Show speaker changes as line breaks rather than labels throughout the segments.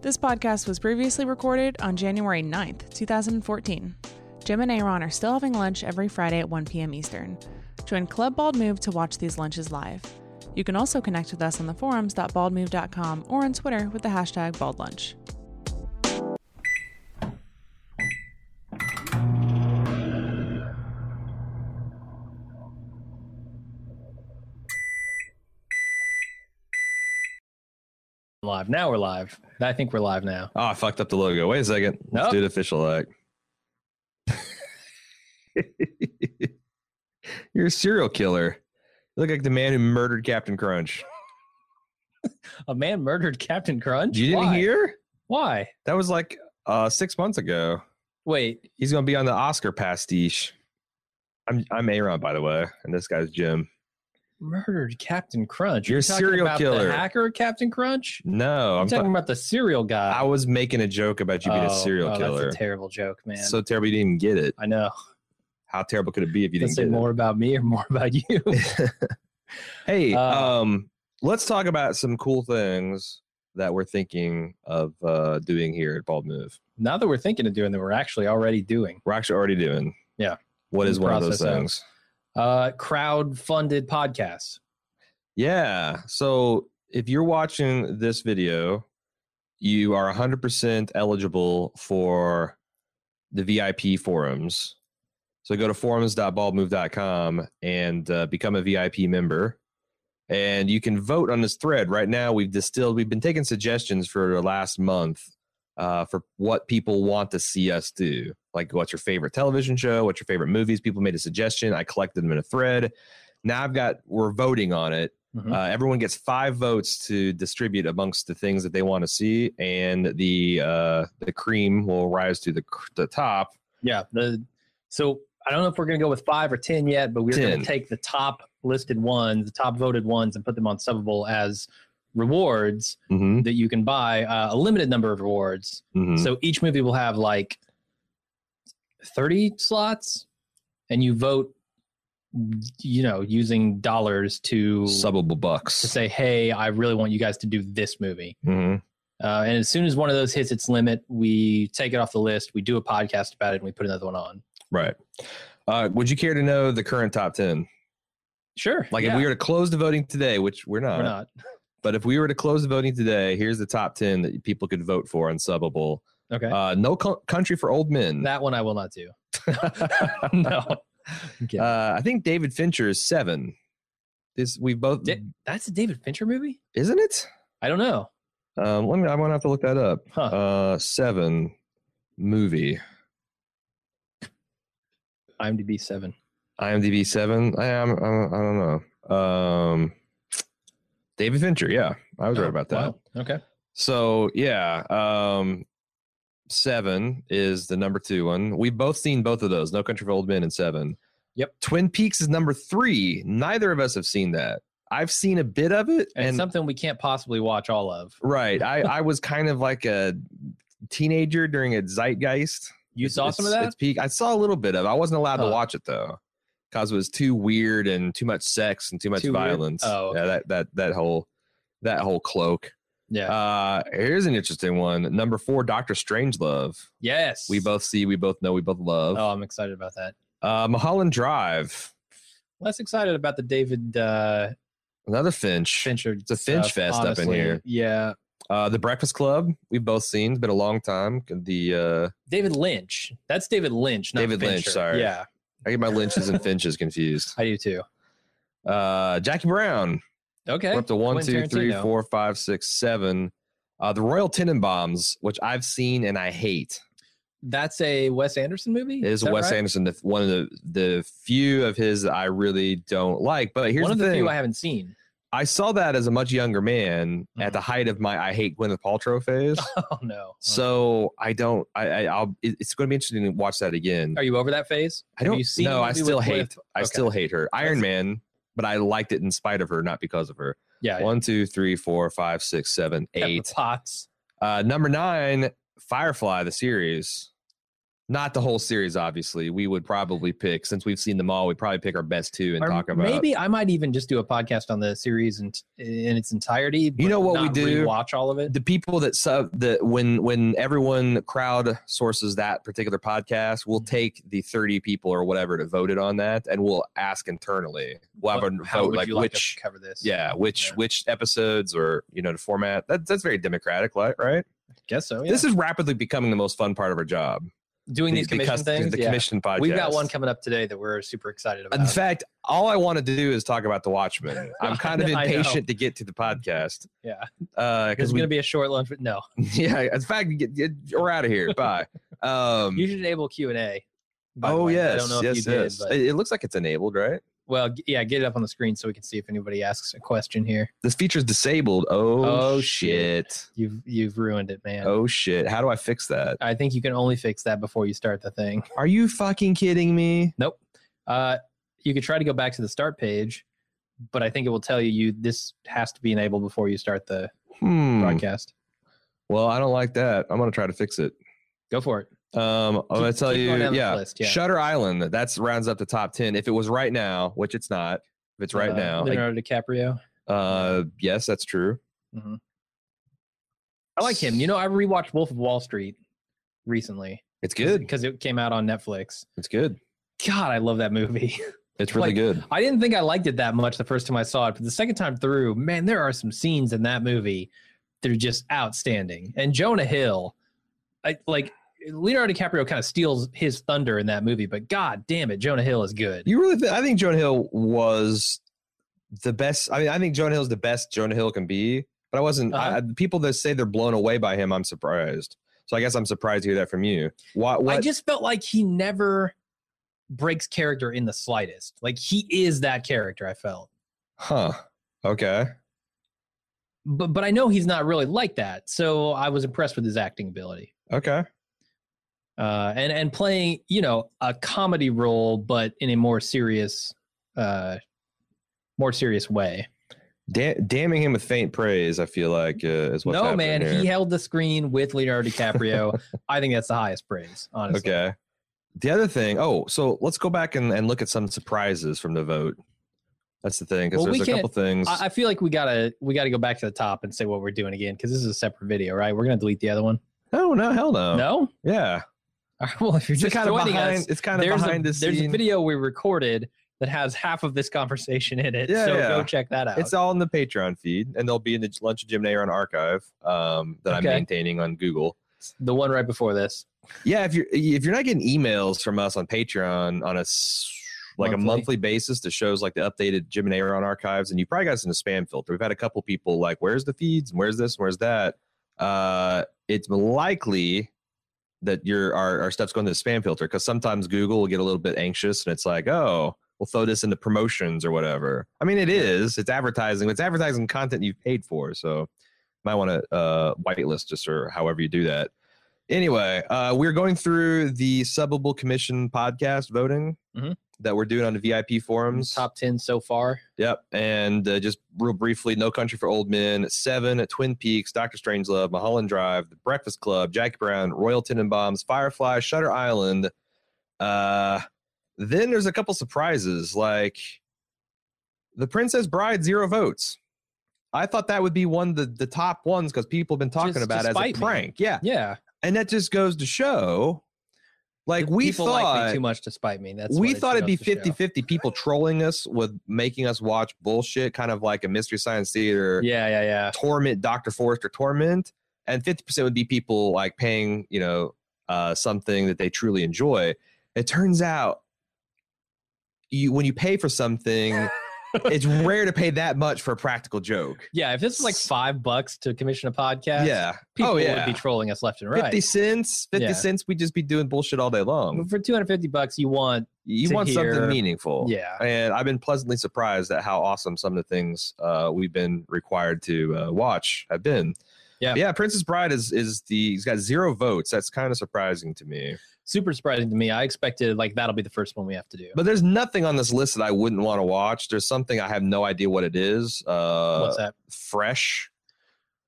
This podcast was previously recorded on January 9th, 2014. Jim and Aaron are still having lunch every Friday at 1 p.m. Eastern. Join Club Bald Move to watch these lunches live. You can also connect with us on the forums.baldmove.com or on Twitter with the hashtag baldlunch.
live. Now we're live. I think we're live now.
Oh, I fucked up the logo. Wait a second. Let's
Nope.
do it official like. You're a serial killer. You look like the man who murdered Captain Crunch.
A man murdered Captain Crunch.
You didn't
Why?
hear?
Why?
That was like uh six months ago.
Wait,
He's gonna be on the Oscar pastiche. I'm I'm Aaron, by the way, and this guy's Jim.
murdered Captain Crunch.
You're a
talking
serial
about
killer.
The hacker Captain Crunch.
No,
I'm
I'm
talking
ta-
about the serial guy.
I was making a joke about you being a
Oh,
serial
oh,
killer.
That's a terrible joke, man.
so terrible you didn't even get it.
I know.
How terrible could it be if you
Does
didn't
it say
get it?
more about me or more about you?
hey,
Uh,
um, let's talk about some cool things that we're thinking of uh, doing here at Bald Move.
now that we're thinking of doing that, we're actually already doing
We're actually already doing.
Yeah.
What is
In
one of those
process of.
things?
uh, crowd-funded podcasts.
Yeah. So if you're watching this video, you are 100% eligible for the VIP forums. So go to forums.baldmove.com and uh, become a VIP member. And you can vote on this thread. Right now, we've distilled, we've been taking suggestions for the last month uh, for what people want to see us do. Like, what's your favorite television show? What's your favorite movies? People made a suggestion. I collected them in a thread. Now I've got, we're voting on it.
Mhm.
Uh, everyone gets five votes to distribute amongst the things that they want to see, and the uh, the cream will rise to the cr- the top.
Yeah. The so I don't know if we're going to go with five or ten yet, but we're going
10.
to take the top listed ones, the top voted ones, and put them on Subbable as rewards
Mm-hmm.
that you can buy. Uh, a limited number of rewards.
Mm.
So each movie will have like thirty slots, and you vote. You know, using dollars to
Subbable
to
bucks.
say, "Hey, I really want you guys to do this movie."
hmm
Uh, and as soon as one of those hits its limit, we take it off the list. We do a podcast about it, and we put another one on.
Right. Uh, would you care to know the current top ten?
Sure.
Like,
yeah.
if we uh, were to close the voting today, which we're not,
We're not.
but if we were to close the voting today, here's the top ten that people could vote for on Subbable.
Okay.
Uh, no Co- country for old men.
that one I will not do. no. Uh,
uh, I think David Fincher is seven. Is we both?
Di- that's a David Fincher movie?
isn't it?
I don't know.
Um, let me. I'm gonna have to look that up.
Huh.
Uh, seven movie.
IMDb 7.
IMDb seven. I, I'm, I'm. I don't know. Um, David Fincher. Yeah, I was right about that.
Oh, Wow. Okay.
So yeah, um, seven is the number two one. We've both seen both of those. No Country for Old Men and Seven.
Yep.
Twin Peaks is number three. Neither of us have seen that. I've seen a bit of it,
And, something we can't possibly watch all of.
right, I I was kind of like a teenager during a zeitgeist.
You
It's-
saw some of
it's-
that?
It's peak. I saw a little bit of. it. I wasn't allowed to
Huh.
watch it though, because it was too weird and too much sex and too much
Too weird?
violence.
Oh,
yeah, that that that whole that whole cloak.
yeah.
Uh, here's an interesting one. Number four, Doctor Strangelove.
yes.
We both see, we both know, we both love.
Oh, I'm excited about that.
Uh, Mulholland Drive.
Less excited about the David uh,
Another Finch.
Fincher. It's
a Finch fest up in here.
Yeah.
Uh, the Breakfast Club. We've both seen. It's been a long time. The uh,
David Lynch. That's David Lynch, not
David Lynch,
Fincher.
sorry.
Yeah.
I get my Lynches and Finches confused.
I do too.
Uh, Jackie Brown.
Okay.
We're up to one,
Quentin
two, three,
Tarantino.
four, five, six, seven. Uh, the Royal Tenenbaums, which I've seen and I hate,
That's a Wes Anderson movie?
It is
that
Wes
right?
Anderson. The, one of the the few of his that I really don't like. But here's
One of
the
the
thing:
few I haven't seen.
I saw that as a much younger man at the height of my I hate Gwyneth Paltrow phase.
Mm-hmm. Oh, no.
so I don't. I, I I'll. it- It's going to be interesting to watch that again.
Are you over that phase?
I
Have
don't.
you seen
no,
the
I
movie
still
with
hate.
Gwyneth-
I
okay.
still hate her. Iron
That's-
Man, but I liked it in spite of her, not because of her.
Yeah.
One, two, three, four, five, six, seven,
Pepper
eight.
Potts.
Uh, number nine, Firefly, the series. Not the whole series, obviously. We would probably pick, since we've seen them all, we probably pick our best two and
Or
talk about.
Maybe I might even just do a podcast on the series in, in its entirety. but
know what we
not
do?
Watch all of it.
the people that sub that when when everyone crowd sources that particular podcast, we'll
Mm-hmm.
take the thirty people or whatever that voted on that, and we'll ask internally. We'll have
What-
a
how
vote
would
like
you like us
which,
to cover this?
yeah, which
Yeah.
which episodes or you know the format. That, that's very democratic, li- right?
guess so.
This is rapidly becoming the most fun part of our job.
doing
The-
these
the
commission
cus-
things.
the
yeah.
commission podcast.
We've got one coming up today that we're super excited about.
In fact, all I want to do is talk about the Watchmen. I'm kind of
I know.
impatient to get to the podcast
yeah, it's
because
going
we
to be a short lunch. But no,
yeah. In fact, get, get, we're out of here. Bye. Um,
you should enable Q and A. by the
oh
way.
yes,
I don't know
yes,
if you
yes.
did. But,
it, it looks like it's enabled, right?
well, g- yeah, get it up on the screen so we can see if anybody asks a question here.
This feature's disabled. Oh,
Oh, shit.
shit.
You've you've ruined it, man.
Oh shit. How do I fix that?
I think you can only fix that before you start the thing.
Are you fucking kidding me?
Uh, you could try to go back to the start page, but I think it will tell you you this has to be enabled before you start the
Hmm.
broadcast.
Well, I don't like that. I'm gonna try to fix it.
Go for it.
Um, I'm gonna
Keep-
tell
keep
you,
going down this
yeah,
list, yeah.
Shutter Island. That's rounds up the top ten. If it was right now, which it's not, if it's right
Uh,
now, like,
Leonardo DiCaprio.
uh, yes, that's true. Mm-hmm.
I like him. You know, I rewatched Wolf of Wall Street recently.
It's good.
because it came out on Netflix.
It's good.
God, I love that movie.
It's really
Like-
good.
I didn't think I liked it that much the first time I saw it, but the second time through, man, there are some scenes in that movie that are just outstanding. And Jonah Hill, I, like Leonardo DiCaprio, kind of steals his thunder in that movie. But God damn it, Jonah Hill is good.
You really? Th- I think Jonah Hill was the best. I mean, I think Jonah Hill's the best Jonah Hill can be. But I wasn't. I-
Uh-huh.
I, people that say they're blown away by him, I'm surprised. So I guess I'm surprised to hear that from you. Why? What?
I just felt like he never breaks character in the slightest. Like he is that character. I felt.
huh? Okay.
But, but I know he's not really like that, so I was impressed with his acting ability.
Okay.
uh, and and playing you know a comedy role, but in a more serious, uh, more serious way.
Da- damning him with faint praise, I feel like uh, is what's
no
happening
man,
here.
he held the screen with Leonardo DiCaprio. I think that's the highest praise, honestly.
Okay. The other thing, oh, so let's go back and, and look at some surprises from the vote. That's the thing, because
Well, we
there's a
can't-
couple things.
I, I feel like we gotta we gotta go back to the top and say what we're doing again because this is a separate video, right? We're gonna delete the other one.
Oh, no, no, hell no.
No,
Yeah.
All right, well if you're
It's
just
kind of
joining
behind,
us,
it's kind of
there's a
behind the
there's a
scene.
video we recorded that has half of this conversation in it.
Yeah,
so
yeah.
go check that out.
It's all in the Patreon feed, and they'll be in the Lunch of Jim Nair on archive um, that I'm
Okay.
maintaining on Google.
the one right before this.
Yeah, if you're if you're not getting emails from us on Patreon on a s- like a
Monthly.
monthly basis that shows like the updated Jim and Aaron archives, and you probably got us in a spam filter. We've had a couple people like, "Where's the feeds? And where's this? And where's that?" Uh, it's likely that your our, our stuff's going to the spam filter because sometimes Google will get a little bit anxious and it's like, "Oh, we'll throw this into promotions or whatever." I mean, it is. It's advertising. It's advertising content you've paid for, so might want to uh, whitelist us or however you do that. Anyway, uh, we're going through the Subbable Commission podcast voting
Mhm.
that we're doing on the VIP forums.
Top ten so far.
Yep. And uh, just real briefly, No Country for Old Men, Seven, Twin Peaks, Doctor Strangelove, Mulholland Drive, The Breakfast Club, Jackie Brown, Royal Tenenbaums, Firefly, Shutter Island. Uh, then there's a couple surprises like The Princess Bride, zero votes. I thought that would be one of the, the top ones because people have been talking
Just
about it
despite
as a
me.
prank. Yeah
Yeah.
and that just goes to show like we
people like me
thought
too much to spite me. That's
we
what it
thought it'd be
goes to show.
50 50 people trolling us with making us watch bullshit kind of like a mystery science theater
Yeah, yeah, yeah.
torment dr forrester torment and 50% would be people like paying you know uh, something that they truly enjoy it turns out you when you pay for something it's rare to pay that much for a practical joke
Yeah, if this was like five bucks to commission a podcast,
yeah
people
oh yeah
would be trolling us left and right.
50 cents 50
Yeah.
cents we'd just be doing bullshit all day long
But for 250 bucks, you want,
you
to
want
hear-
something meaningful
yeah.
and i've been pleasantly surprised at how awesome some of the things uh, we've been required to uh, watch have been
Yeah.
yeah princess bride is is the he's got zero votes that's kind of surprising to me
Super surprising to me. I expected like that'll be the first one we have to do.
but there's nothing on this list that i wouldn't want to watch there's something i have no idea what it is uh
What's that?
fresh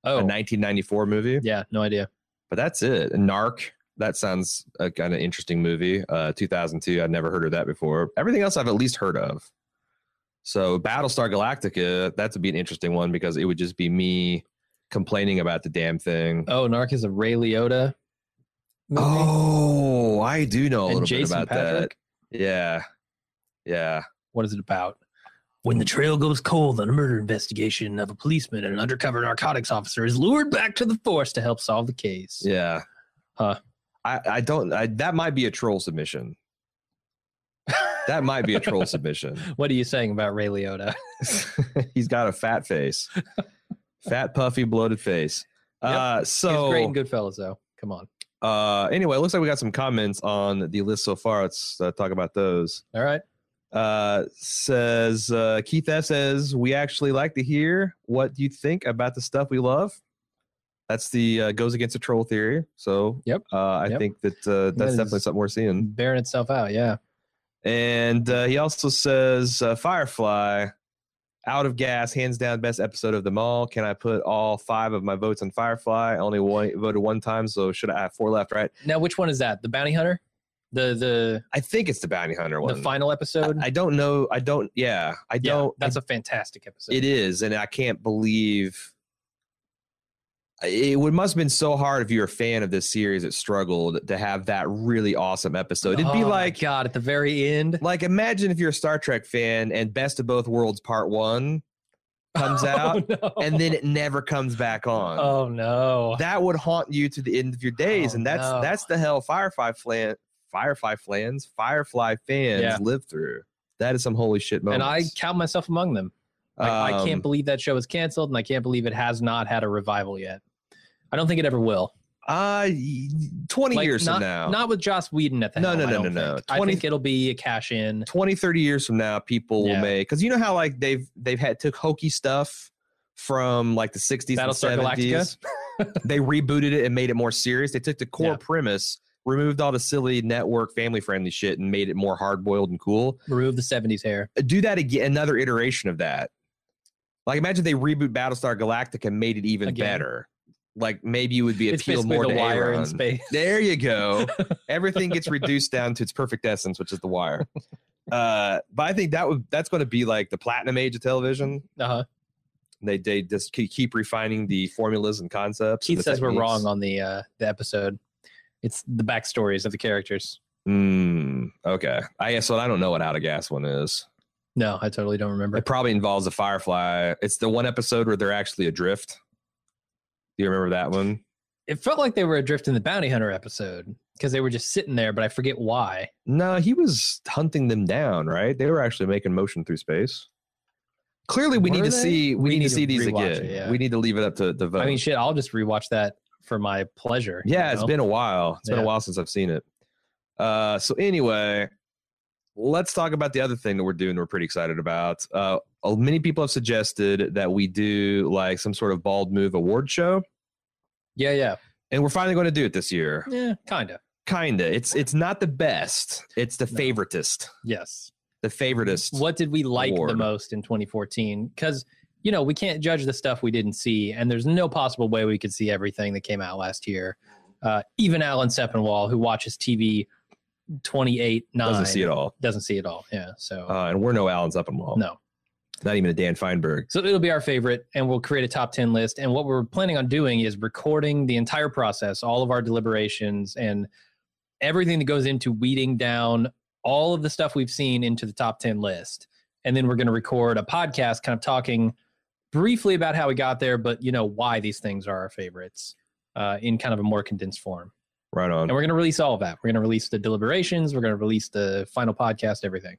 Oh,
a 1994 movie
yeah, no idea.
but that's it and narc that sounds a kind of interesting movie. Uh, 2002. I'd never heard of that before. Everything else I've at least heard of. So Battlestar Galactica. That would be an interesting one because it would just be me complaining about the damn thing.
Oh, Narc is a Ray Liotta. movie.
Oh, I do know a little
and Jason
bit about
Patrick.
that. Yeah, yeah.
What is it about? When the trail goes cold on a murder investigation of a policeman and an undercover narcotics officer is lured back to the force to help solve the case.
Yeah.
Huh.
I, I don't. I, that might be a troll submission. That might be a troll submission.
What are you saying about Ray Liotta?
He's got a fat face, fat, puffy, bloated face. Uh,
He's great in
so
Goodfellas, though. Come on.
uh, anyway, it looks like we got some comments on the list so far. Let's uh, talk about those.
All right.
Uh, says uh, Keith S. says we actually like to hear what you think about the stuff we love. That's the uh, goes against the troll theory. So
Yep.
uh, I
Yep.
think that uh, that's
is-
definitely something we're seeing.
Bearing itself out, yeah.
And uh, he also says uh, Firefly, out of gas, hands down best episode of them all. Can I put all five of my votes on Firefly? I only wa- voted one time, so should I have four left, right?
Now, which one is that? The Bounty Hunter? The
I think it's the Bounty Hunter
the
one.
the final episode?
I, I don't know. I don't. Yeah, I
yeah,
don't.
that's a fantastic episode.
it is, and I can't believe. It would must have been so hard if you're a fan of this series that struggled to have that really awesome episode. It'd
Oh my
be like
God at the very end
Like, imagine if you're a Star Trek fan and Best of Both Worlds Part One comes
Oh,
out
no.
and then it never comes back on.
oh no,
That would haunt you to the end of your days,
Oh,
and that's
no.
that's the hell Firefly flan, Firefly flans, Firefly fans
Yeah.
live through. That is some holy shit
and
moments.
I count myself among them. Like, I
Um,
can't believe that show is canceled, and I can't believe it has not had a revival yet. I don't think it ever will.
Uh, y- twenty
Like,
years
not,
from now,
not with Joss Whedon at the
No,
helm,
no,
I
no,
don't
no, no.
think. I
20
think it'll be a cash in.
20 30 years from now people
Yeah.
will make because you know how like they've they've had took hokey stuff from like the 60s
Battlestar
and 70s they rebooted it and made it more serious they took the core
Yeah.
premise removed all the silly network family friendly shit and made it more hard boiled and cool Uh,
Remove the '70s hair.
do that again another iteration of that like imagine they reboot battlestar galactica and made it even
Again.
better like maybe it would be
It's
appealed
basically the
more to
wire in
Aaron.
space.
There you go. Everything gets reduced down to its perfect essence, which is the wire. Uh, but I think that would that's going to be like the platinum age of television.
Uh huh.
They they just keep, keep refining the formulas and concepts.
Keith says we're wrong on the uh, the episode. It's the backstories of the characters.
Mm, okay, I guess so. I don't know what out of gas one is.
No, I totally don't remember.
It probably involves a firefly. It's the one episode where they're actually adrift. Do you remember that one?
It felt like they were adrift in the bounty hunter episode because they were just sitting there, but I forget why.
No, he was hunting them down, right? They were actually making motion through space. Clearly, we
Were
need to
they?
see. We, need, to see these
rewatch
again.
it, yeah.
We need to leave it up to the vote.
I mean, shit, I'll just rewatch that for my pleasure.
yeah,
it's
it's been a while. It's been
Yeah.
a while since I've seen it. Uh, so anyway, let's talk about the other thing that we're doing. We're pretty excited about. Uh, uh, many people have suggested that we do like some sort of bald move award show,
yeah, yeah,
and we're finally going to do it this year.
yeah, kind of.
Kinda. It's it's not the best. It's the
No.
favoritist.
Yes.
The favoritist.
What did we like the
Award.
most in 2014? Because you know we can't judge the stuff we didn't see, and there's no possible way we could see everything that came out last year. Uh, even Alan Sepinwall, who watches TV 28 9
doesn't see it all? Oh.
doesn't see it all. Yeah. So
Uh, and we're no Allen's up and wall.
no.
Not even a Dan Feinberg.
So it'll be our favorite, and we'll create a top 10 list. And what we're planning on doing is recording the entire process, all of our deliberations, and everything that goes into weeding down all of the stuff we've seen into the top 10 list. And then we're going to record a podcast kind of talking briefly about how we got there, but you know, why these things are our favorites uh, in kind of a more condensed form.
Right on.
And we're going to release all of that. We're going to release the deliberations, we're going to release the final podcast, everything.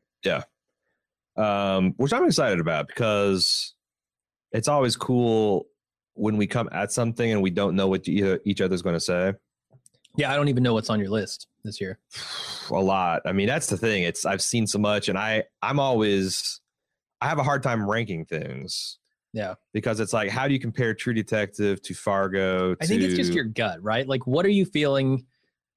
um, which I'm excited about because it's always cool when we come at something and we don't know what e- each other's going to say.
Yeah, I don't even know what's on your list this year.
A lot. I mean, that's the thing. It's I've seen so much, and I I'm always I have a hard time ranking things.
Yeah.
because it's like, how do you compare True Detective to Fargo? To,
I think it's just your gut, right? Like, what are you feeling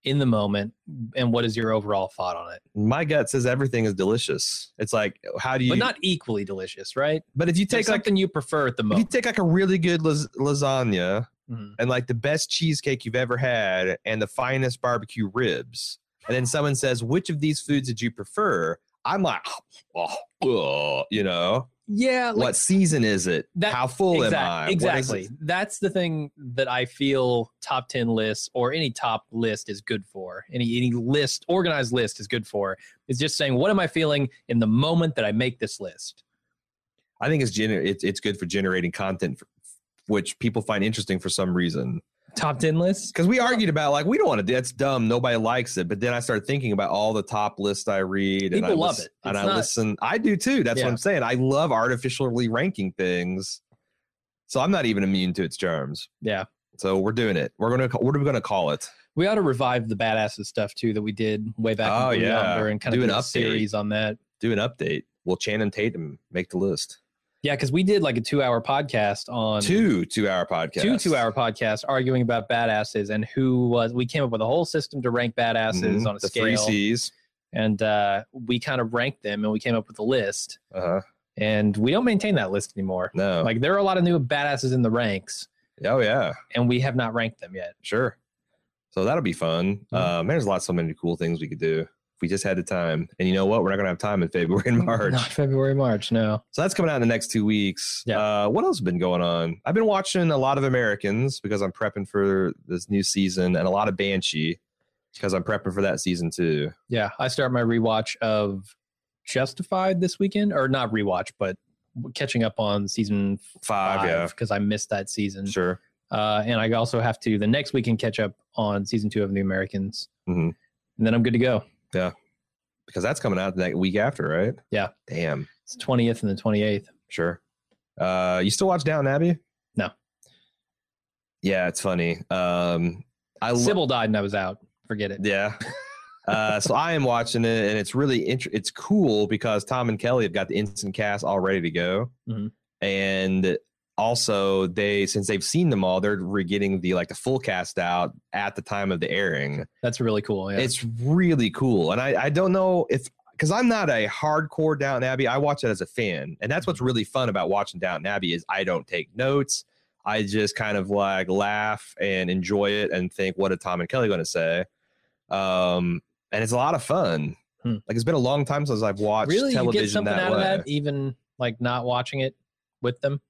in the moment, and what is your overall thought on it?
My gut says everything is delicious. It's like, how do you?
but not equally delicious, right?
But if you
Take
take like
something you prefer at the
if you
moment.
take like a really good las- lasagna
Mhm.
and like the best cheesecake you've ever had and the finest barbecue ribs. And then someone says, which of these foods did you prefer? I'm like, oh, oh, you know,
Yeah, like
what season is it?
That-
How full
exact-
am I? What is
Exactly.
it?
That's the thing that I feel top 10 lists or any top list is good for. Any any list, organized list is good for. It's just saying what am I feeling in the moment that I make this list.
I think it's, gener- it's, it's good for generating content, for, which people find interesting for some reason.
Top 10 lists?
Because we argued about like, we don't want to, that's dumb. Nobody likes it. But then I started thinking about all the top lists I read. and I
People love
lis-
it.
And
It's
I
not-
listen. I do too. That's
Yeah.
what I'm saying. I love artificially ranking things. So I'm not even immune to its charms.
Yeah.
So we're doing it. We're gonna. What are we gonna call it?
We ought to revive the badasses stuff too that we did way back
Oh,
in Blue
yeah.
Yonder and kind
Do
of
an
do a
update.
series on that.
Do an update. Will Channing Tatum make the list?
Yeah, because we did like a two hour podcast on
Two two-hour podcasts.
two two hour podcasts arguing about badasses and who was we came up with a whole system to rank badasses
Mhm.
on a
the
scale.
three C's.
and uh, we kind of ranked them and we came up with a list
Uh huh.
and we don't maintain that list anymore
No.
like there are a lot of new badasses in the ranks
oh yeah,
and we have not ranked them yet
sure. So that'll be fun.
Mm-hmm.
Um, there's lots, so many cool things we could do if we just had the time. And you know what? We're not gonna have time in February and March.
not february march no
So that's coming out in the next two weeks.
Yeah.
Uh, what else has been going on? I've been watching a lot of Americans because I'm prepping for this new season, and a lot of Banshee because I'm prepping for that season too.
yeah i start my rewatch of justified this weekend or not rewatch but catching up on season
Five,
five because i missed that season
yeah, sure.
uh, and i also have to the next weekend catch up on season two of the americans
Mhm.
and then i'm good to go
because that's coming out that week after, right?
Yeah.
Damn.
it's 20th and the 28th
Sure. Uh, you still watch Down Abbey?
No.
Yeah, it's funny. Um, I love.
sybil died and i was out forget it
yeah. uh, so I am watching it, and it's really int- it's cool because Tom and Kelly have got the instant cast all ready to go,
Mhm.
and also they since they've seen them all, they're re- getting the like the full cast out at the time of the airing.
that's really cool yeah.
It's really cool. And I, I don't know if because I'm not a hardcore Downton Abbey. I watch it as a fan. And that's
Mm-hmm.
what's really fun about watching Downton Abbey is I don't take notes. I just kind of like laugh and enjoy it and think, what are Tom and Kelly gonna say? Um and it's a lot of fun.
Hmm.
Like it's been a long time since I've watched
really you
television
get something
that
out
way.
of that even like not watching it with them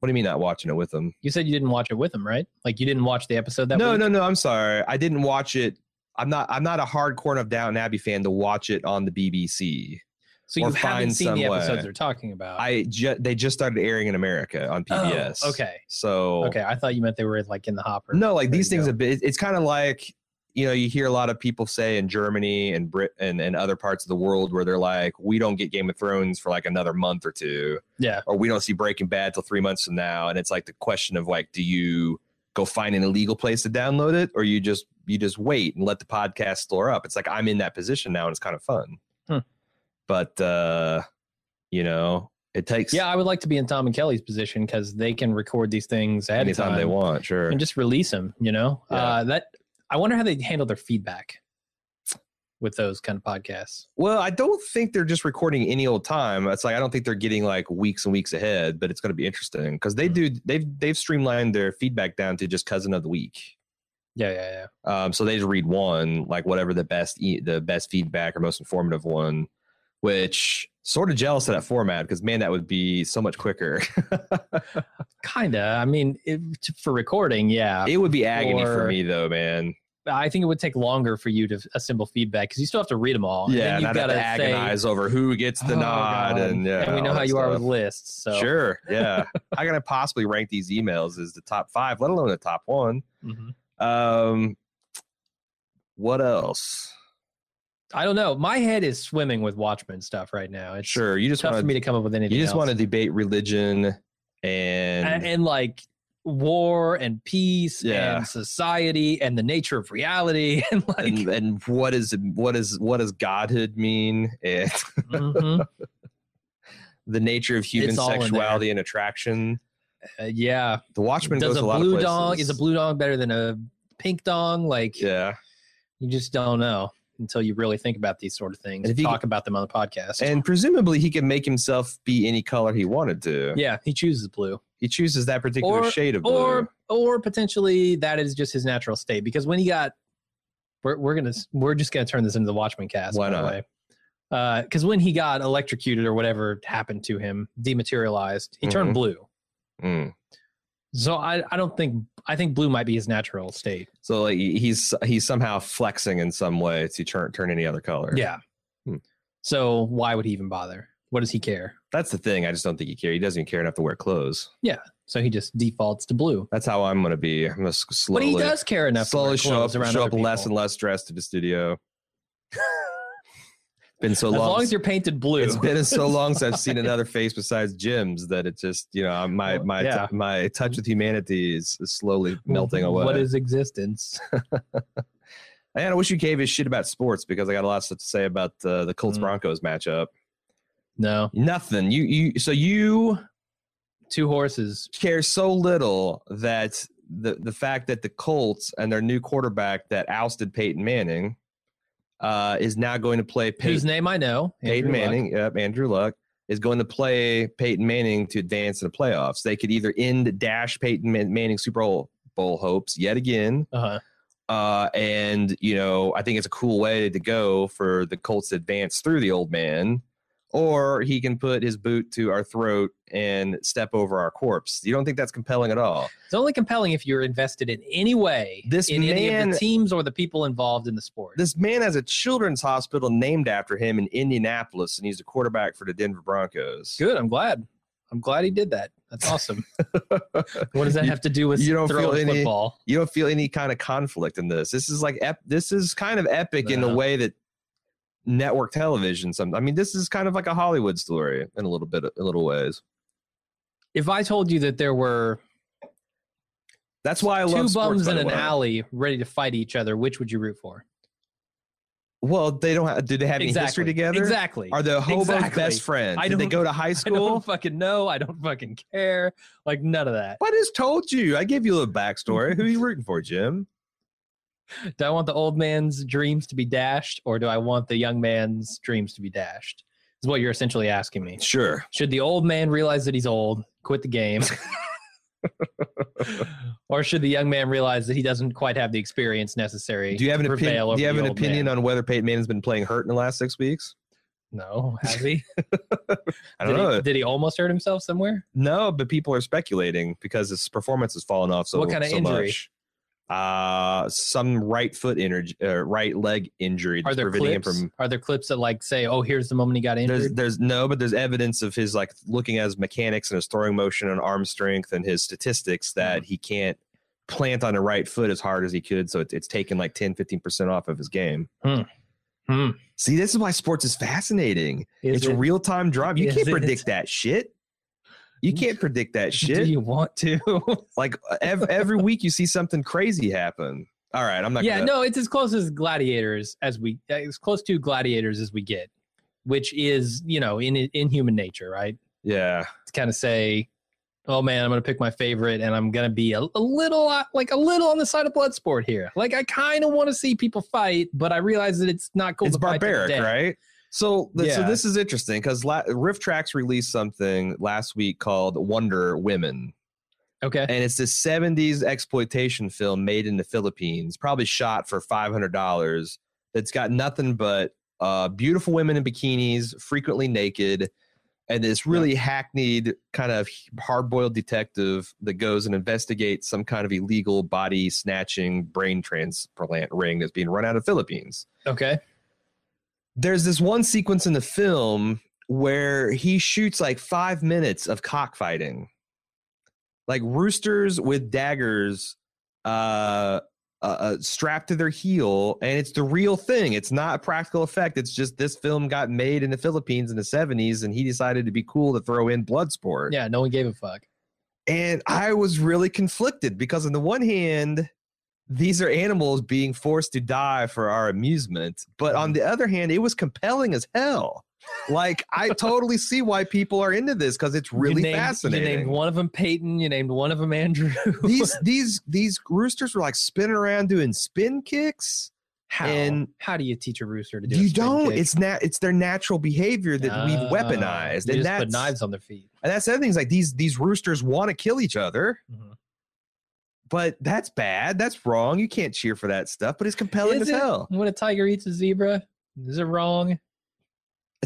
What do you mean not watching it with them?
you said you didn't watch it with them right like you didn't watch the episode that
no,
week?
no, no. I'm sorry. I didn't watch it. I'm not I'm not a hardcore enough Downton Abbey fan to watch it on the BBC.
so
Or
you haven't
find
seen the
some way.
episodes they're talking about
I ju- they just started airing in America on
Oh,
PBS.
okay
So
okay i thought you meant they were like in the hopper
No, like
There
these
you
things
go.
have been. it- It's kind of like you know you hear a lot of people say in Germany and Britain and other parts of the world where they're like, we don't get Game of Thrones for like another month or two,
yeah
or we don't see Breaking Bad till three months from now, and it's like the question of like, do you go find an illegal place to download it, or you just you just wait and let the podcast store up? It's like I'm in that position now, and it's kind of fun.
Hmm.
But uh, you know, it takes
yeah i would like to be in tom and kelly's position because they can record these things ahead of
anytime
time
they want. Sure,
and just release them you know
Yeah.
uh that i wonder how they handle their feedback with those kind of podcasts
Well, I don't think they're just recording any old time. It's like I don't think they're getting like weeks and weeks ahead, but it's going to be interesting because they
Mm-hmm.
do they've they've streamlined their feedback down to just cousin of the week.
yeah yeah yeah
Um, so they just read one like whatever the best e- the best feedback or most informative one, which sort of jealous of that format because man, that would be so much quicker.
kinda i mean it, for recording yeah
it would be agony
Or-
for me though, man.
I think it would take longer for you to assemble feedback because you still have to read them all.
Yeah,
and
and
then
I'd
you've
have
got
to
to
agonize over who gets the
"Oh,
nod,
God."
and yeah,
and we know
all
how
that
you are
stuff.
with lists. So
Sure. Yeah. How can I possibly rank these emails as the top five, let alone the top one?
Mhm.
Um, what else?
I don't know. My head is swimming with Watchmen stuff right now. It's
Sure. You just
tough
want
for me
to
to come up with anything.
you just
else.
want to debate religion
A-
and,
and, like war and peace
Yeah.
and society and the nature of reality and like
and and what is what is what does godhood mean? And
Mhm.
the nature of human
It's all in there.
sexuality and attraction.
Uh, yeah.
The Watchman
Does
goes
a
a, lot
blue
of
dong is a
places.
blue dong better than a pink dong? Like
yeah.
you just don't know until you really think about these sort of things.
And if
and
you-
talk about them on the podcast.
And presumably he can make himself be any color he wanted to.
yeah, he chooses blue.
He chooses that particular
Or-
shade of blue.
or or potentially that is just his natural state because when he got we're, we're gonna we're just gonna turn this into the watchman cast by
Why not?
the way because when he got electrocuted or whatever happened to him dematerialized he turned
Mhm.
blue
Mm.
so I, I don't think i think blue might be his natural state
So like he- he's he's somehow flexing in some way to turn turn any other color.
yeah
Hmm.
so why would he even bother what does he care
That's the thing. I just don't think he cares. He doesn't even care enough to wear clothes.
so he just defaults to blue
That's how I'm gonna be. I'm gonna s-
but
slowly
he does care enough to wear
slowly show up,
clothes around
show
other
up less
people.
and less dressed to the studio. been so
as
long.
long as you're painted blue
it's been so long since I've
It's
seen
fine.
another face besides Jim's that it just you know I'm- my
Well,
my
yeah.
my touch with humanity is is slowly melting away.
what is existence
Man, I wish you gave a shit about sports because I got a lot of stuff to say about uh, the Colts
Mm.
Broncos matchup.
no
Nothing. You you so you
two horses
care so little that the the fact that the Colts and their new quarterback that ousted Peyton Manning uh, is now going to play
whose
Peyton,
name I know.
Peyton
Andrew Luck.
Manning. Yep, Andrew Luck is going to play Peyton Manning to advance in the playoffs. They could either end dash Peyton Man- Manning Super Bowl bowl hopes yet again
Uh-huh.
uh, and you know I think it's a cool way to go for the Colts to advance through the old man, or he can put his boot to our throat and step over our corpse. You don't think that's compelling at all?
It's only compelling if you're invested in any way
This
in any of
man-
the teams or the people involved in the sport.
This man has a children's hospital named after him in Indianapolis, and he's the quarterback for the Denver Broncos.
Good. I'm glad. I'm glad he did that. That's awesome. what does that
You-
have to do with
you don't
throwing
feel any-
football?
You don't feel any kind of conflict in this. This is like ep- this is kind of epic in a
No.
way that network television. Some I mean, this is kind of like a Hollywood story in a little bit, in little ways.
If I told you that there were
That's why I
two
love
bums
sports, by
in
the
an
way.
alley ready to fight each other, which would you root for?
Well, they don't have. Do they have any history together?
Exactly.
Are the hobos
Exactly.
best friends?
I
Did they
don't-
go to high
I don't
school?
fucking know. I don't fucking care. Like none of that.
I just told you. I gave you a little backstory. Who are you rooting for, Jim?
Do I want the old man's dreams to be dashed or do I want the young man's dreams to be dashed? Is what you're essentially asking me.
Sure.
Should the old man realize that he's old, quit the game? or should the young man realize that he doesn't quite have the experience necessary?
Do you have an
to prevail
opinion?
over
Do you have
the
an
old
opinion
man?
on whether Peyton Manning's been playing hurt in the last six weeks?
No, has he?
I don't
did,
know.
He, did he almost hurt himself somewhere?
no, but people are speculating because his performance has fallen off so
What kind of
so
injury?
much. Uh, some right foot energy, uh, right leg injury
Are
that's
there
preventing
clips?
him from
Are there clips that like say, "Oh, here's the moment he got
There's
injured"?
there's no, but there's evidence of his like looking at his mechanics and his throwing motion and arm strength and his statistics that
Mm-hmm.
he can't plant on the right foot as hard as he could. So it, it's taken like 10, 15% off of his game.
Hmm. Hmm.
See, this is why sports is fascinating.
Is
it's
it-
real time drama. You
Is
can't
it?
predict that shit. You can't predict that
Do
shit.
you want to?
like every, every week you see something crazy happen. All right, I'm not
yeah,
gonna
no, it's as close as gladiators as we uh, as close to gladiators as we get, which is you know in in human nature, right?
Yeah.
to kind of say, "Oh man, I'm going to pick my favorite, and I'm going to be a, a little uh, like a little on the side of Bloodsport here. Like I kind of want to see people fight, but I realize that it's not cool.
it's
to fight to the
barbaric,
death.
right? So, th- so
Yeah.
this is interesting because la- Rift Tracks released something last week called Wonder Women,
Okay.
and it's this '70s exploitation film made in the Philippines, probably shot for five hundred dollars. That's got nothing but uh, beautiful women in bikinis, frequently naked, and this really hackneyed kind of hard-boiled detective that goes and investigates some kind of illegal body snatching, brain transplant ring that's being run out of Philippines
Okay.
there's this one sequence in the film where he shoots like five minutes of cockfighting like roosters with daggers uh, uh, uh strapped to their heel and it's the real thing it's not a practical effect it's just this film got made in the philippines in the 70s and he decided to be cool to throw in blood sport
Yeah. No one gave a fuck.
and I was really conflicted because, on the one hand, these are animals being forced to die for our amusement. But
Mm-hmm.
on the other hand, it was compelling as hell. Like, I totally see why people are into this because it's really
you named, You named
fascinating.
one of them Peyton. You named one of them Andrew.
these, these, these roosters were like spinning around doing spin kicks.
How?
And-
how do you teach a rooster to do? a
You
spin
don't.
kick?
It's nat. It's their natural behavior that we've
Oh,
weaponized,
You
and
just
that's
put knives on their feet.
and that's the other thing. Is like these these roosters want to kill each other,
Mhm.
but that's bad. That's wrong. You can't cheer for that stuff. But it's compelling
Is
as
it-
hell,
When a tiger eats a zebra, is it wrong?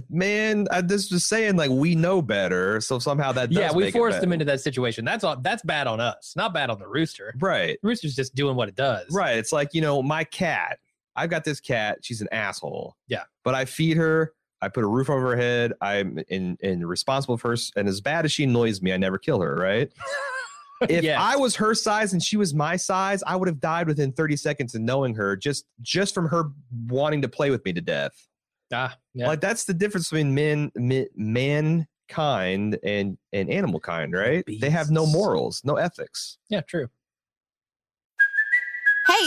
man. I just was saying, like we know better, so somehow that does
yeah, we
make it
forced
bad.
them into that situation. That's all. That's bad on us, not bad on the rooster.
right.
The rooster's just doing what it does.
Right. It's like, you know, my cat, I've got this cat, she's an asshole.
Yeah.
But I feed her, I put a roof over her head, I'm in, in responsible for her. s- And as bad as she annoys me, I never kill her, right? If
Yes.
I was her size and she was my size, I would have died within 30 seconds of knowing her just just from her wanting to play with me to death.
Ah, yeah.
Like that's the difference between men, men mankind and and animal kind, right? They have no
Beasts.
morals, no ethics.
yeah, true.
Hey,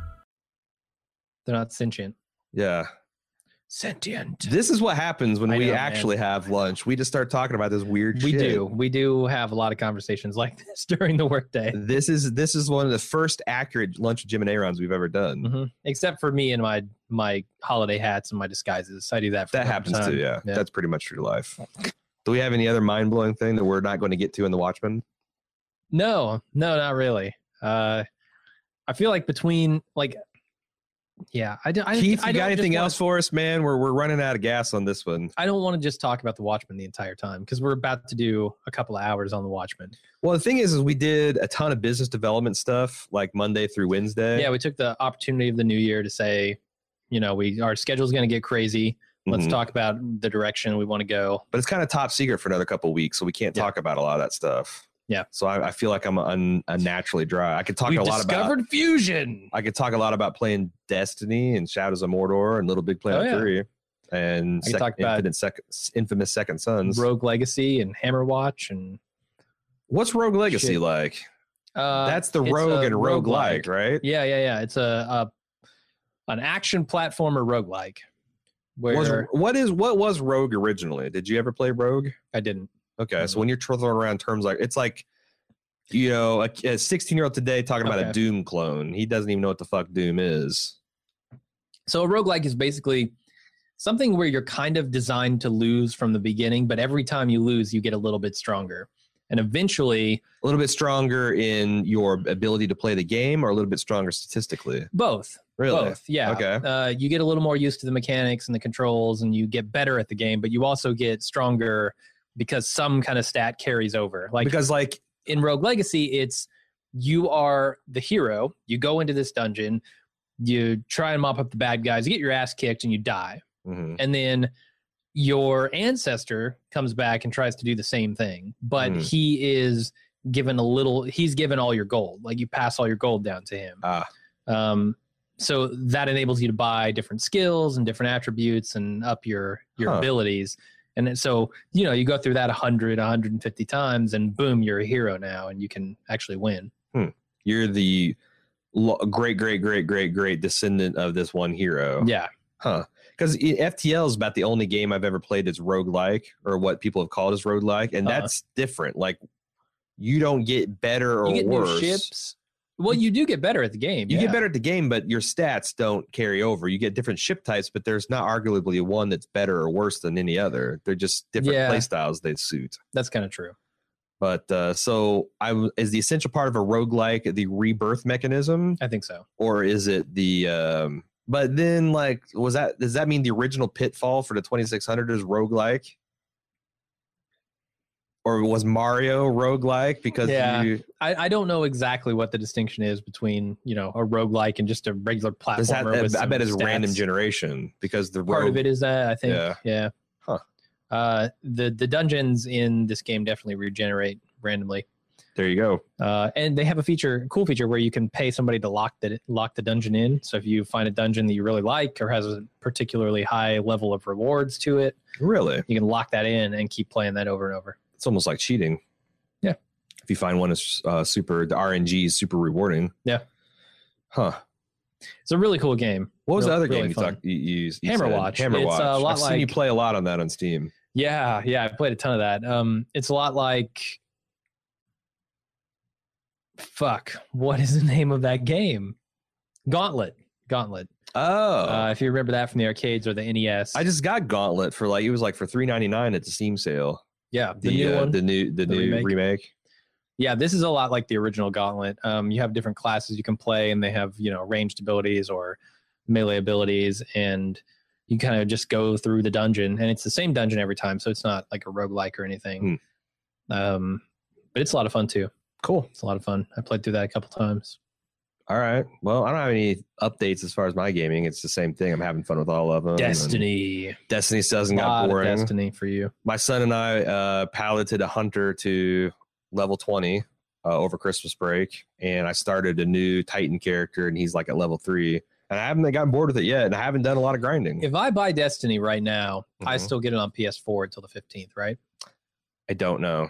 They're not sentient.
Yeah.
Sentient.
This is what happens when
I
we
know, man.
actually have lunch. We just start talking about this weird
We
shit.
do. We do have a lot of conversations like this during the workday.
This is this is one of the first accurate lunch with Jim and Aaron's we've ever done.
hmm Except for me and my my holiday hats and my disguises. I do that. from
That
time to
happens too,
time.
yeah. That's pretty much true to life. Do we have any other mind blowing thing that we're not going to get to in the Watchmen?
No, no, not really. Uh, I feel like between like, yeah, I don't. I,
Keith,
I don't
you got
just
anything
wanna-
else for us, man? We're we're running out of gas on this one.
I don't want to just talk about the Watchmen the entire time because we're about to do a couple of hours on the Watchmen.
Well, the thing is, is we did a ton of business development stuff like Monday through Wednesday.
Yeah, we took the opportunity of the new year to say, you know, we our schedule's going to get crazy. Let's
Mhm.
talk about the direction we want to go.
but it's kind of top secret for another couple weeks, so we can't
Yeah.
talk about a lot of that stuff.
Yeah.
So I, I feel like I'm un, unnaturally dry. I could talk
We've
a lot about
discovered fusion.
I could talk a lot about playing Destiny and Shadows of Mordor and Little Big Planet
Oh, yeah.
Three, and
I could
sec-
talk about-
Infinite Sec- infamous Second Sons.
Rogue Legacy and Hammer Watch and
What's Rogue Legacy
Shit.
like?
uh,
That's the
it's
Rogue
a
and Rogue
roguelike.
Like, right?
Yeah, yeah, yeah. It's a, a an action platformer roguelike where
Was, what is what was Rogue originally? Did you ever play Rogue?
I didn't.
Okay,
Mhm.
so when you're throwing around terms like it's like, you know, a 16 year old today talking about
Okay.
a Doom clone. He doesn't even know what the fuck Doom is.
So a roguelike is basically something where you're kind of designed to lose from the beginning, but every time you lose, you get a little bit stronger. And eventually,
A little bit stronger in your ability to play the game, or a little bit stronger statistically.
both.
Really?
Both. Yeah.
Okay.
Uh, you get a little more used to the mechanics and the controls, and you get better at the game, but you also get stronger because some kind of stat carries over. Like
because like
in Rogue Legacy, it's you are the hero. You go into this dungeon, you try and mop up the bad guys, you get your ass kicked, and you die.
mhm.
and then your ancestor comes back and tries to do the same thing but
Hmm.
he is given a little he's given all your gold like you pass all your gold down to him
Ah.
um so that enables you to buy different skills and different attributes and up your your
Huh.
abilities and then- so you know you go through that 100 150 times and boom you're a hero now and you can actually win
you're the lo- great great great great great descendant of this one hero e,
yeah
huh because ftl is about the only game i've ever played that's roguelike or what people have called as roguelike and
Uh-huh.
that's different like you don't get better or
you get
worse
new ships well you do get better at the game
you
yeah.
get better at the game but your stats don't carry over you get different ship types but there's not arguably one that's better or worse than any other they're just different
Yeah.
play styles they suit
that's kind of true
but uh, so I w- is the essential part of a roguelike the rebirth mechanism
i think so
or is it the um but then like was that does that mean the original pitfall for the 2600 is roguelike or was mario roguelike because
Yeah.
you
I, I don't know exactly what the distinction is between you know a roguelike and just a regular platformer.
does that,
with
i
some
bet it's
stats.
random generation because the
Part of
rogue-
it is that I think.
Yeah.
Yeah.
Huh.
Uh, the the dungeons in this game definitely regenerate randomly.
There you go.
Uh, and they have a feature, cool feature, where you can pay somebody to lock the lock the dungeon in. So if you find a dungeon that you really like or has a particularly high level of rewards to it,
Really?
you can lock that in and keep playing that over and over.
It's almost like cheating.
Yeah.
If you find one that's uh, super, the RNG is super rewarding.
Yeah.
Huh.
It's a really cool game.
What was
Real-
the other
really
game you,
fun.
talk, you, you, you
Hammer
said?
Watch.
Hammer
It's, uh,
Watch.
a lot
I've seen you
like-
play a lot on that on Steam.
Yeah, yeah, I played a ton of that. Um, it's a lot like, fuck, what is the name of that game? Gauntlet. Gauntlet.
Oh.
Uh, if you remember that from the arcades or the E NES.
I just got Gauntlet for like it was like for three ninety nine at the Steam sale.
yeah,
The, uh, the new the, new
remake?
remake.
yeah this is a lot like the original gauntlet um, you have different classes you can play and they have you know ranged abilities or melee abilities and you kind of just go through the dungeon and it's the same dungeon every time so it's not like a roguelike or anything um, but it's a lot of fun too
Hmm. Cool.
it's a lot of fun i played through that a couple times
All right. Well, I don't have any updates as far as my gaming. It's the same thing. I'm having fun with all of them. and
destiny
Destiny doesn't
lot
got
of
boring.
destiny for you
My son and I uh, piloted a hunter to level twenty uh, over Christmas break, and I started a new Titan character, and he's like at level three, and I haven't gotten bored with it yet, and I haven't done a lot of grinding.
if i buy destiny right now i
Mhm.
still get it on ps4 until the 15th right
I don't know.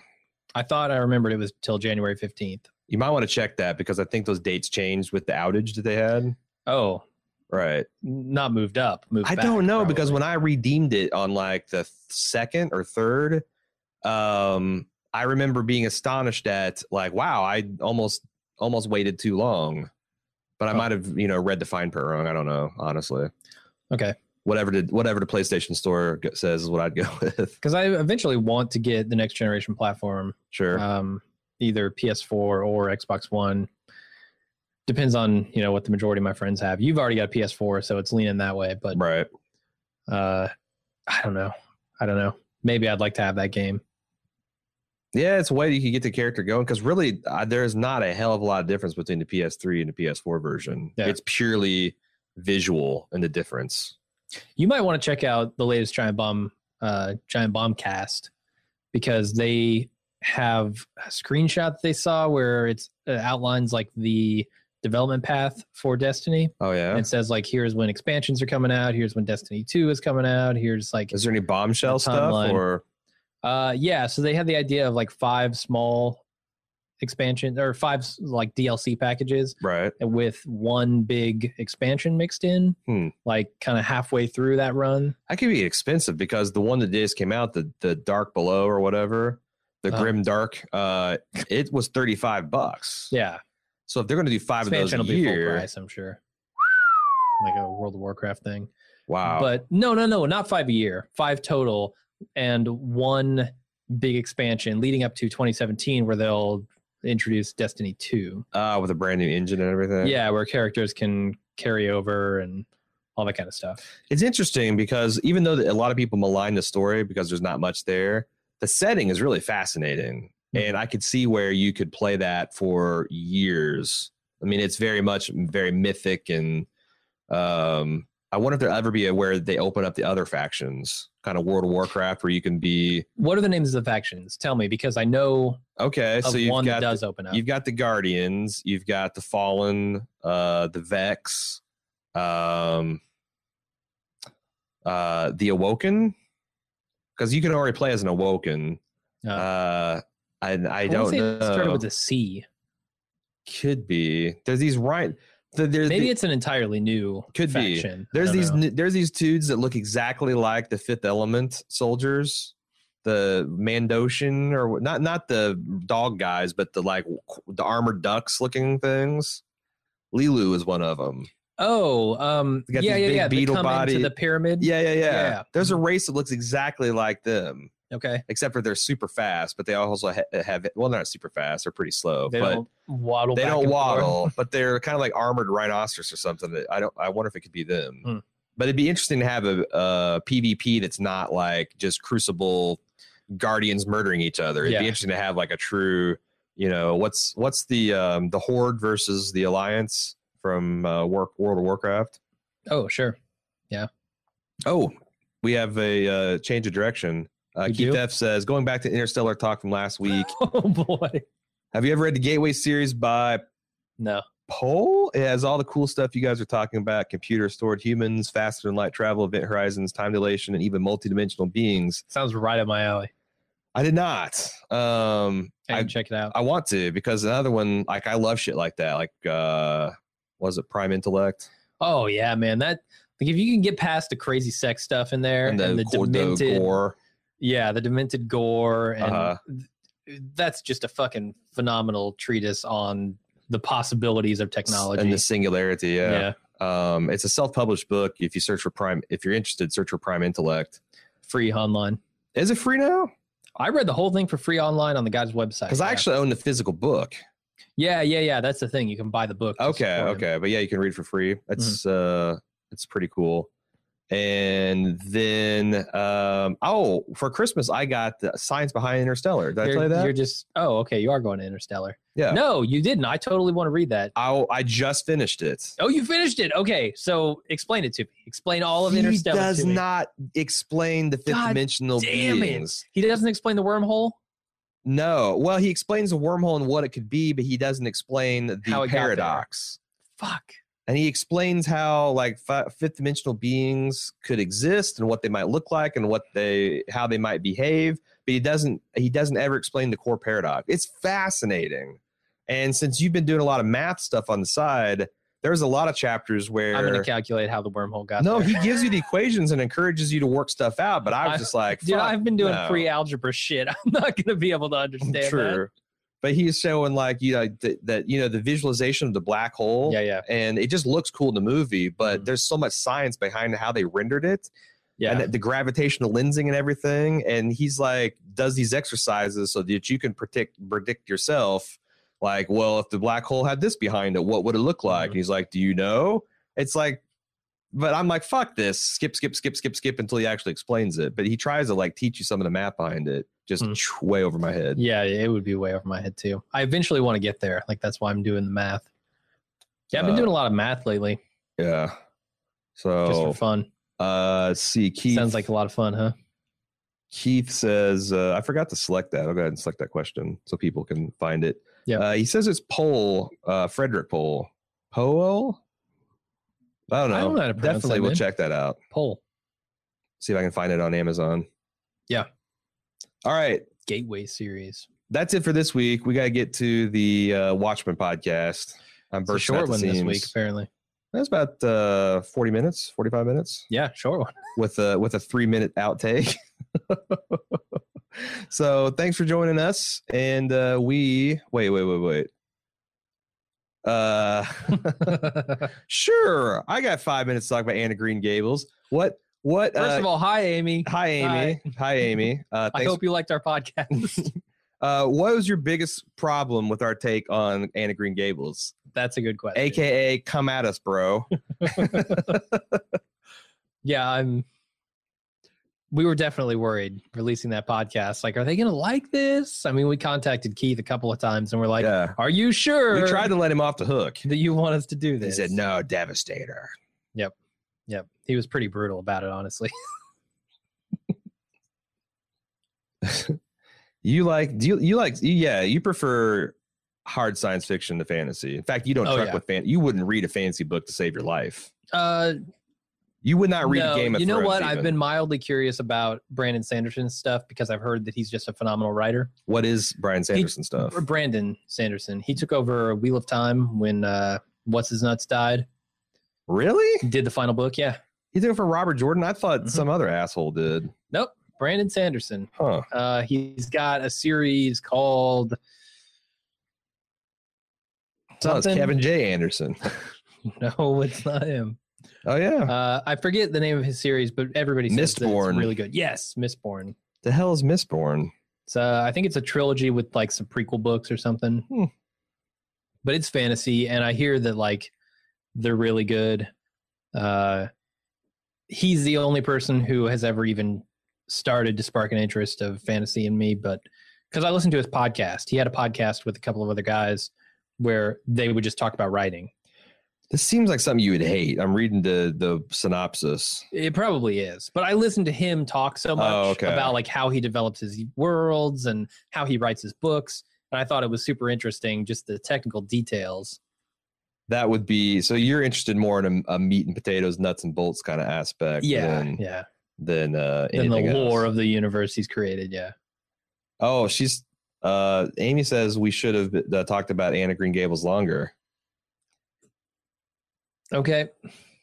i thought i remembered it was till january 15th
You might want to check that because I think those dates changed with the outage that they had.
oh
Right.
not moved up moved
I
back,
don't know because
probably.
when I redeemed it on like the th- second or third, um, I remember being astonished at like, wow, I almost almost waited too long. But I
Oh.
might have, you know, read the fine print wrong. I don't know, honestly.
Okay.
Whatever did whatever the PlayStation Store g- says is what I'd go with.
Because I eventually want to get the next generation platform,
Sure.
um, either PS4 or Xbox One. Depends on you know what the majority of my friends have. You've already got a PS4, so it's leaning that way. But
right.
uh, I don't know. I don't know. Maybe I'd like to have that game.
Yeah, it's a way you can get the character going because really uh, there's not a hell of a lot of difference between the PS3 and the PS4 version.
Yeah.
It's purely visual and the difference.
You might want to check out the latest Giant Bomb, uh, Giant Bomb cast, because they have a screenshot that they saw where it's it outlines like the development path for Destiny.
Oh yeah.
And it says like here's when expansions are coming out here's when destiny 2 is coming out here's like
Is there any bombshell
the
stuff
timeline.
or
uh yeah so they had the idea of like five small expansion or five s- like dlc packages
right?
with one big expansion mixed in
Hmm.
like kind of halfway through that run
That could be expensive because the one that just came out, the the Dark Below or whatever, the
Uh-huh.
Grim Dark, uh, it was thirty five bucks.
yeah
So if they're gonna do five
expansion
of
will
those a
be full
year,
price i'm sure like a world of warcraft thing
wow.
But no, no, no, not five a year, five total, and one big expansion leading up to 2017, where they'll introduce Destiny 2.
uh, with a brand new engine and everything.
Yeah, where characters can carry over and all that kind of stuff.
it's interesting because even though a lot of people malign the story because there's not much there, the setting is really fascinating,
Mhm.
and I could see where you could play that for years. I mean, it's very much very mythic, and um, I wonder if there'll ever be a where they open up the other factions, kind of World of Warcraft, where you can be
What are the names of the factions? Tell me, because I know
okay.
of
So you've
one that
got
does open up.
You've got the Guardians, you've got the Fallen, uh, the Vex, um, uh, the Awoken, because you can already play as an Awoken.
Uh,
Uh, and I,
I wanna
don't
say
know.
it Started with a C.
Could be. There's these right. The, there's
Maybe
the-
it's an entirely new
Could be.
faction. I
there's
don't
these
know.
n- there's these dudes that look exactly like the Fifth Element soldiers, the Mandoshan or wh- not not the dog guys, but the like qu- the armored ducks looking things. Lilu is one of them.
Oh, um,
They got
yeah,
these
yeah,
big
yeah. They
beetle
come
body-
into the pyramid.
Yeah, yeah, yeah,
Yeah. Mm-hmm.
There's a race that looks exactly like them,
Okay.
except for they're super fast, but they also ha- have well, they're not super fast. They're pretty slow,
They
Oh, but
don't waddle.
they
back
don't
and forth.
waddle, but they're kind of like armored rhinoceros or something. That I don't. I wonder if it could be them.
Hmm.
But it'd be interesting to have a, a PvP that's not like just Crucible guardians murdering each other. It'd
Yeah.
be interesting to have like a true, you know, what's what's the um, the Horde versus the Alliance from uh, War, World of Warcraft.
Oh, sure.
Oh, we have a uh, change of direction. Uh,
We
Keith
do?
F says going back to interstellar talk from last week.
Oh boy.
Have you ever read the Gateway series by
No.
Poll? It has all the cool stuff you guys are talking about computer stored humans, faster than light travel, event horizons, time dilation, and even multidimensional beings.
Sounds right up my alley.
I did not. Um,
I
I,
can check it out.
I want to because another one, like, I love shit like that. Like, uh, was it Prime Intellect?
Oh yeah, man. That like if you can get past the crazy sex stuff in there and the,
go-
demented,
gore.
yeah, the demented gore, and
Uh-huh.
th- that's just a fucking phenomenal treatise on the possibilities of technology.
and the singularity.
yeah.
Yeah. Um, it's a self-published book. If you search for Prime, if you're interested, search for Prime Intellect.
free online.
Is it free now?
I read the whole thing for free online on the guy's website.
Because I
Uh, yeah.
actually own the physical book.
yeah, yeah, yeah. That's Mm-hmm. the thing. You can buy the book. to
Okay,
support him.
okay, but yeah, you can read for free. That's uh, it's pretty cool. And then, um, oh, for Christmas, I got the Science Behind Interstellar. Did I
You're-
tell you that?
You're just oh, okay. You are going to Interstellar.
yeah.
No, you didn't. I totally want to read that.
I I just finished it.
Oh, you finished it. Okay, so explain it to me. Explain all of Interstellar.
He does
to me.
not explain the fifth
God
dimensional
damn it.
beings.
He doesn't explain the wormhole.
No. Well, he explains the wormhole and what it could be, but he doesn't explain the
How it got there.
paradox.
Fuck.
And he explains how like fi- fifth dimensional beings could exist and what they might look like and what they how they might behave, but he doesn't he doesn't ever explain the core paradox. It's fascinating. And since you've been doing a lot of math stuff on the side, there's a lot of chapters where
I'm gonna calculate how the wormhole got
no,
there.
he gives you the equations and encourages you to work stuff out. But I was
I-
just like,
Dude,
"Fuck
I've been doing
no."
pre-algebra shit. I'm not gonna be able to understand
True. But he's showing like you know th- that you know the visualization of the black hole,
that. Yeah, yeah,
and it just looks cool in the movie. But
Mhm.
there's so much science behind how they rendered it,
yeah.
and the, the gravitational lensing and everything. And he's like, does these exercises so that you can predict predict yourself, like, well, if the black hole had this behind it, what would it look
Mhm.
like? And he's like, do you know? It's like, but I'm like, fuck this, skip, skip, skip, skip, skip until he actually explains it. But he tries to like teach you some of the math behind it, just
Mhm.
way over my head.
yeah, it would be way over my head too. I eventually want to get there. Like that's why I'm doing the math. Yeah, I've been
Uh,
doing a lot of math lately,
Yeah. So
just for fun.
uh let's see oh, Keith
Sounds like a lot of fun, huh?
Keith says uh, I forgot to select that. I'll go ahead and select that question so people can find it.
Yeah.
Uh, he says it's Pohl, uh Frederick Pohl. Pohl? I don't know.
I don't know how to pronounce
Definitely
that,
we'll
man.
check that out.
Poll
See if I can find it on Amazon.
Yeah.
All right.
gateway series.
That's it for this week. We gotta get to the uh Watchmen podcast. I'm
It's a
bursting at
short
the
one this week,
seams.
apparently.
That's about uh 40 minutes, 45 minutes.
Yeah, short one.
with a with a three minute outtake. so thanks for joining us, and uh, we wait, wait, wait, wait. Uh, sure. I got five minutes to talk about Anna Green Gables. What? What?
First
uh,
of all, hi Amy.
hi, Amy. Hi, Amy. Uh,
I
thanks.
hope you liked our podcast.
uh, what was your biggest problem with our take on Anna Green Gables,
That's a good question.
aka "Come at us, bro"?
yeah, I'm. We were definitely worried releasing that podcast. Like, are they going to like this? I mean, we contacted Keith a couple of times, and we're like,
yeah.
"Are you sure?"
We tried to let him off the hook.
that you want us to do
They
this.
said no, Devastator.
Yep, he was pretty brutal about it, honestly.
You like do you, you like you- yeah, you prefer hard science fiction to fantasy. In fact, you don't
Oh,
truck
yeah.
with fan you wouldn't read a fantasy book to save your life.
Uh,
You would not read
no,
Game of
you know
Thrones
what? I've
even.
been mildly curious about Brandon Sanderson's stuff because I've heard that he's just a phenomenal writer.
what is Brian Sanderson stuff?
Or Brandon Sanderson, he took over Wheel of Time when uh, what's his nuts died.
Really?
Did the final book? Yeah.
He took it from Robert Jordan? I thought
Mhm.
some other asshole did.
Nope. Brandon Sanderson.
Huh.
Uh, he's got a series called
No, it's
Something-
Kevin J. Anderson.
No, it's not him.
Oh yeah.
Uh, I forget the name of his series, but everybody says that
Mistborn.
it's really good. Yes, Mistborn.
the hell is Mistborn?
It's uh, I think it's a trilogy with like some prequel books or something.
Hmm.
But it's fantasy, and I hear that like they're really good. Uh, he's the only person who has ever even started to spark an interest of fantasy in me, but because I listened to his podcast, he had a podcast with a couple of other guys where they would just talk about writing.
This seems like something you would hate. I'm reading the the synopsis.
It probably is, but I listen to him talk so much
Oh, okay.
about like how he develops his worlds and how he writes his books And I thought it was super interesting, just the technical details.
That would be so. You're interested more in a, a meat and potatoes, nuts and bolts kind of aspect. than,
yeah.
Than uh,
And the
anything
lore
else.
of the universe he's created. Yeah.
Oh, she's. Uh, Amy says we should have uh, talked about Anna Green Gables longer.
Okay.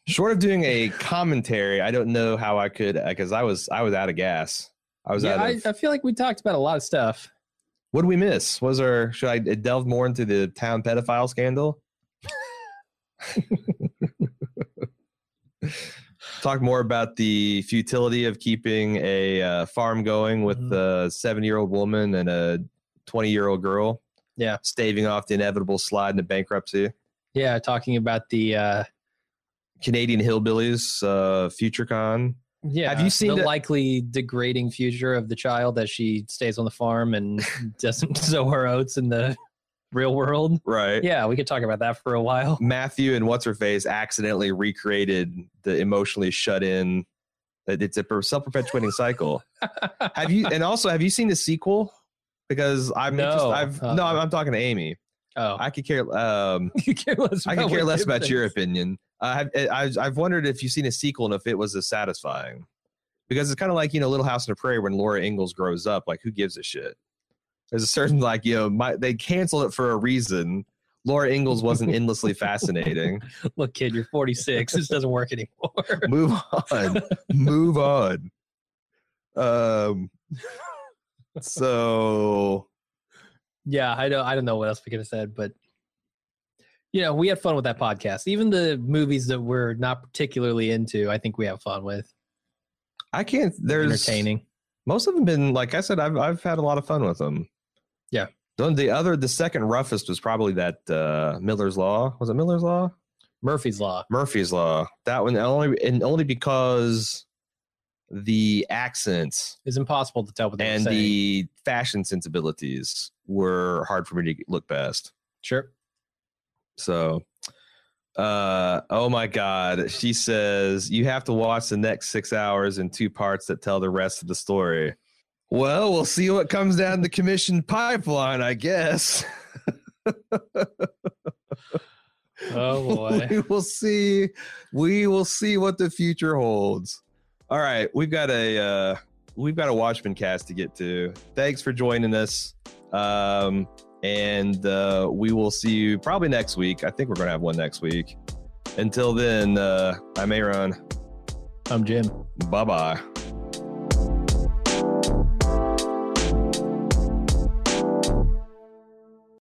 Short of doing a commentary, I don't know how I could because I was I was out of gas. I was
yeah,
out.
I, uh,
Of,
I feel like we talked about a lot of stuff.
what did we miss? Was our should I uh, delve more into the town pedophile scandal? Talk more about the futility of keeping a uh, farm going with
Mm-hmm.
a seven-year-old woman and a twenty-year-old girl.
Yeah.
staving off the inevitable slide into bankruptcy.
Yeah, talking about the uh
Canadian hillbillies, uh, FutureCon.
yeah,
Have you seen
the
the-
likely degrading future of the child as she stays on the farm and doesn't sow her oats in the real world?
Right.
Yeah, we could talk about that for a while.
Matthew and what's her face accidentally recreated the emotionally shut in. That it's a self perpetuating cycle. Have you and also have you seen the sequel? Because I'm
No.
just I've no
Uh-uh.
I'm, I'm talking to Amy.
Oh,
I could care um
you care less.
I could
about
care
what
less
you
about
think.
your opinion. I have eh, I, I've wondered if you've seen a sequel and if it was as satisfying. Because it's kind of like you know Little House on the Prairie when Laura Ingalls grows up. Like who gives a shit? There's a certain like you know my, they canceled it for a reason. Laura Ingalls wasn't endlessly fascinating.
Look, kid, you're 46. this doesn't work anymore.
move on move on um so
yeah, I don't. I don't know what else we could have said, but you know, we had fun with that podcast. Even the movies that we're not particularly into, I think we have fun with.
i can't there's
Entertaining.
most of them been like i said i've i've had a lot of fun with them
Yeah.
the, the other the second roughest was probably that uh miller's law was it miller's law
Murphy's Law.
murphy's law that one only and only because the accents
It's impossible to tell what they're
and
saying.
the fashion sensibilities were hard for me to look past
sure.
So, uh, oh my God, she says you have to watch the next six hours in two parts that tell the rest of the story. Well, we'll see what comes down the commission pipeline, I guess.
Oh boy.
we will see. We will see what the future holds. All right, we've got a uh, we've got a Watchmen cast to get to. Thanks for joining us, um, and uh, we will see you probably next week. I think we're gonna have one next week. Until then, uh, I'm Aaron.
I'm Jim.
Bye bye.